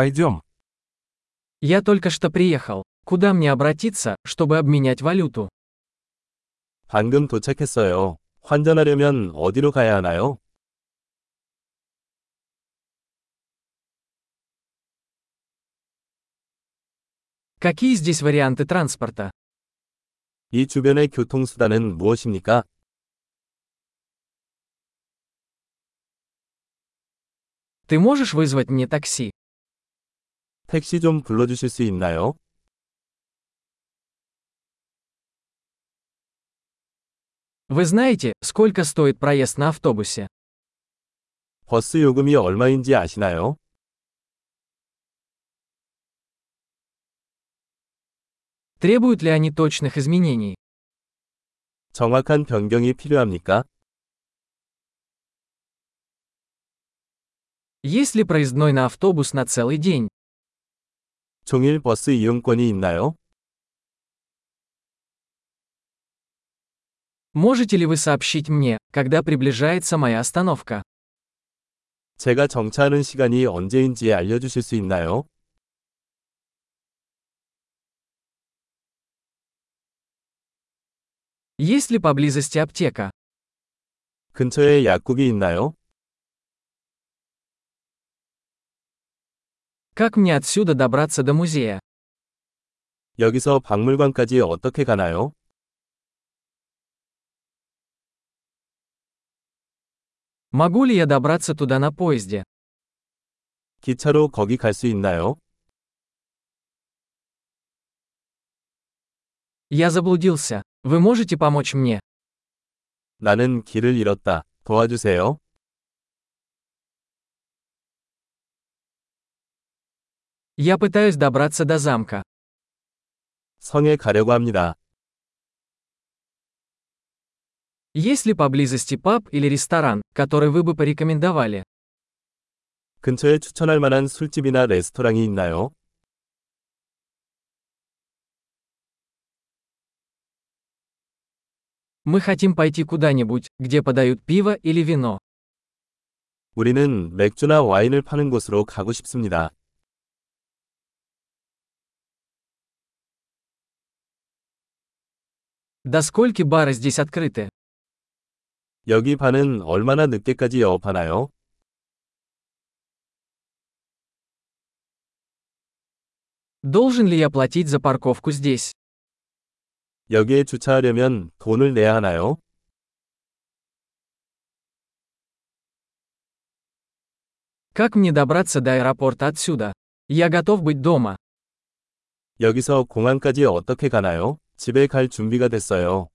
Пойдем. Я только что приехал. Куда мне обратиться, чтобы обменять валюту? 방금 도착했어요. 환전하려면 어디로 가야 하나요? Какие здесь варианты транспорта? 이 주변의 교통수단은 무엇입니까? Ты можешь вызвать мне такси? 택시 좀 불러주실 수 있나요? Вы знаете, сколько стоит проезд на автобусе? 버스 요금이 얼마인지 아시나요? Требуют ли они точных изменений? 정확한 변경이 필요합니까? Есть ли проездной на автобус на целый день? 종일 버스 이용권이 있나요? Можете ли вы сообщить мне, когда приближается моя остановка? 제가 정차하는 시간이 언제인지 알려주실 수 있나요? Есть ли поблизости аптека? 근처에 약국이 있나요? Как мне отсюда добраться до музея? 여기서 박물관까지 어떻게 가나요? Могу ли я добраться туда на поезде? 기차로 거기 갈 수 있나요? Я заблудился. Вы можете помочь мне? 나는 길을 잃었다. 도와주세요. Я пытаюсь добраться до замка. 성에 가려고 합니다. Есть ли поблизости паб или ресторан, который вы бы порекомендовали? 근처에 추천할 만한 술집이나 레스토랑이 있나요? Мы хотим пойти куда-нибудь, где подают пиво или вино. 우리는 맥주나 와인을 파는 곳으로 가고 싶습니다. До скольки бары здесь открыты? 여기 반은 얼마나 늦게까지 영업하나요? Должен ли я платить за парковку здесь? 여기에 주차하려면 돈을 내야 하나요? Как мне добраться до аэропорта отсюда? Я готов быть дома. 여기서 공항까지 어떻게 가나요? 집에 갈 준비가 됐어요.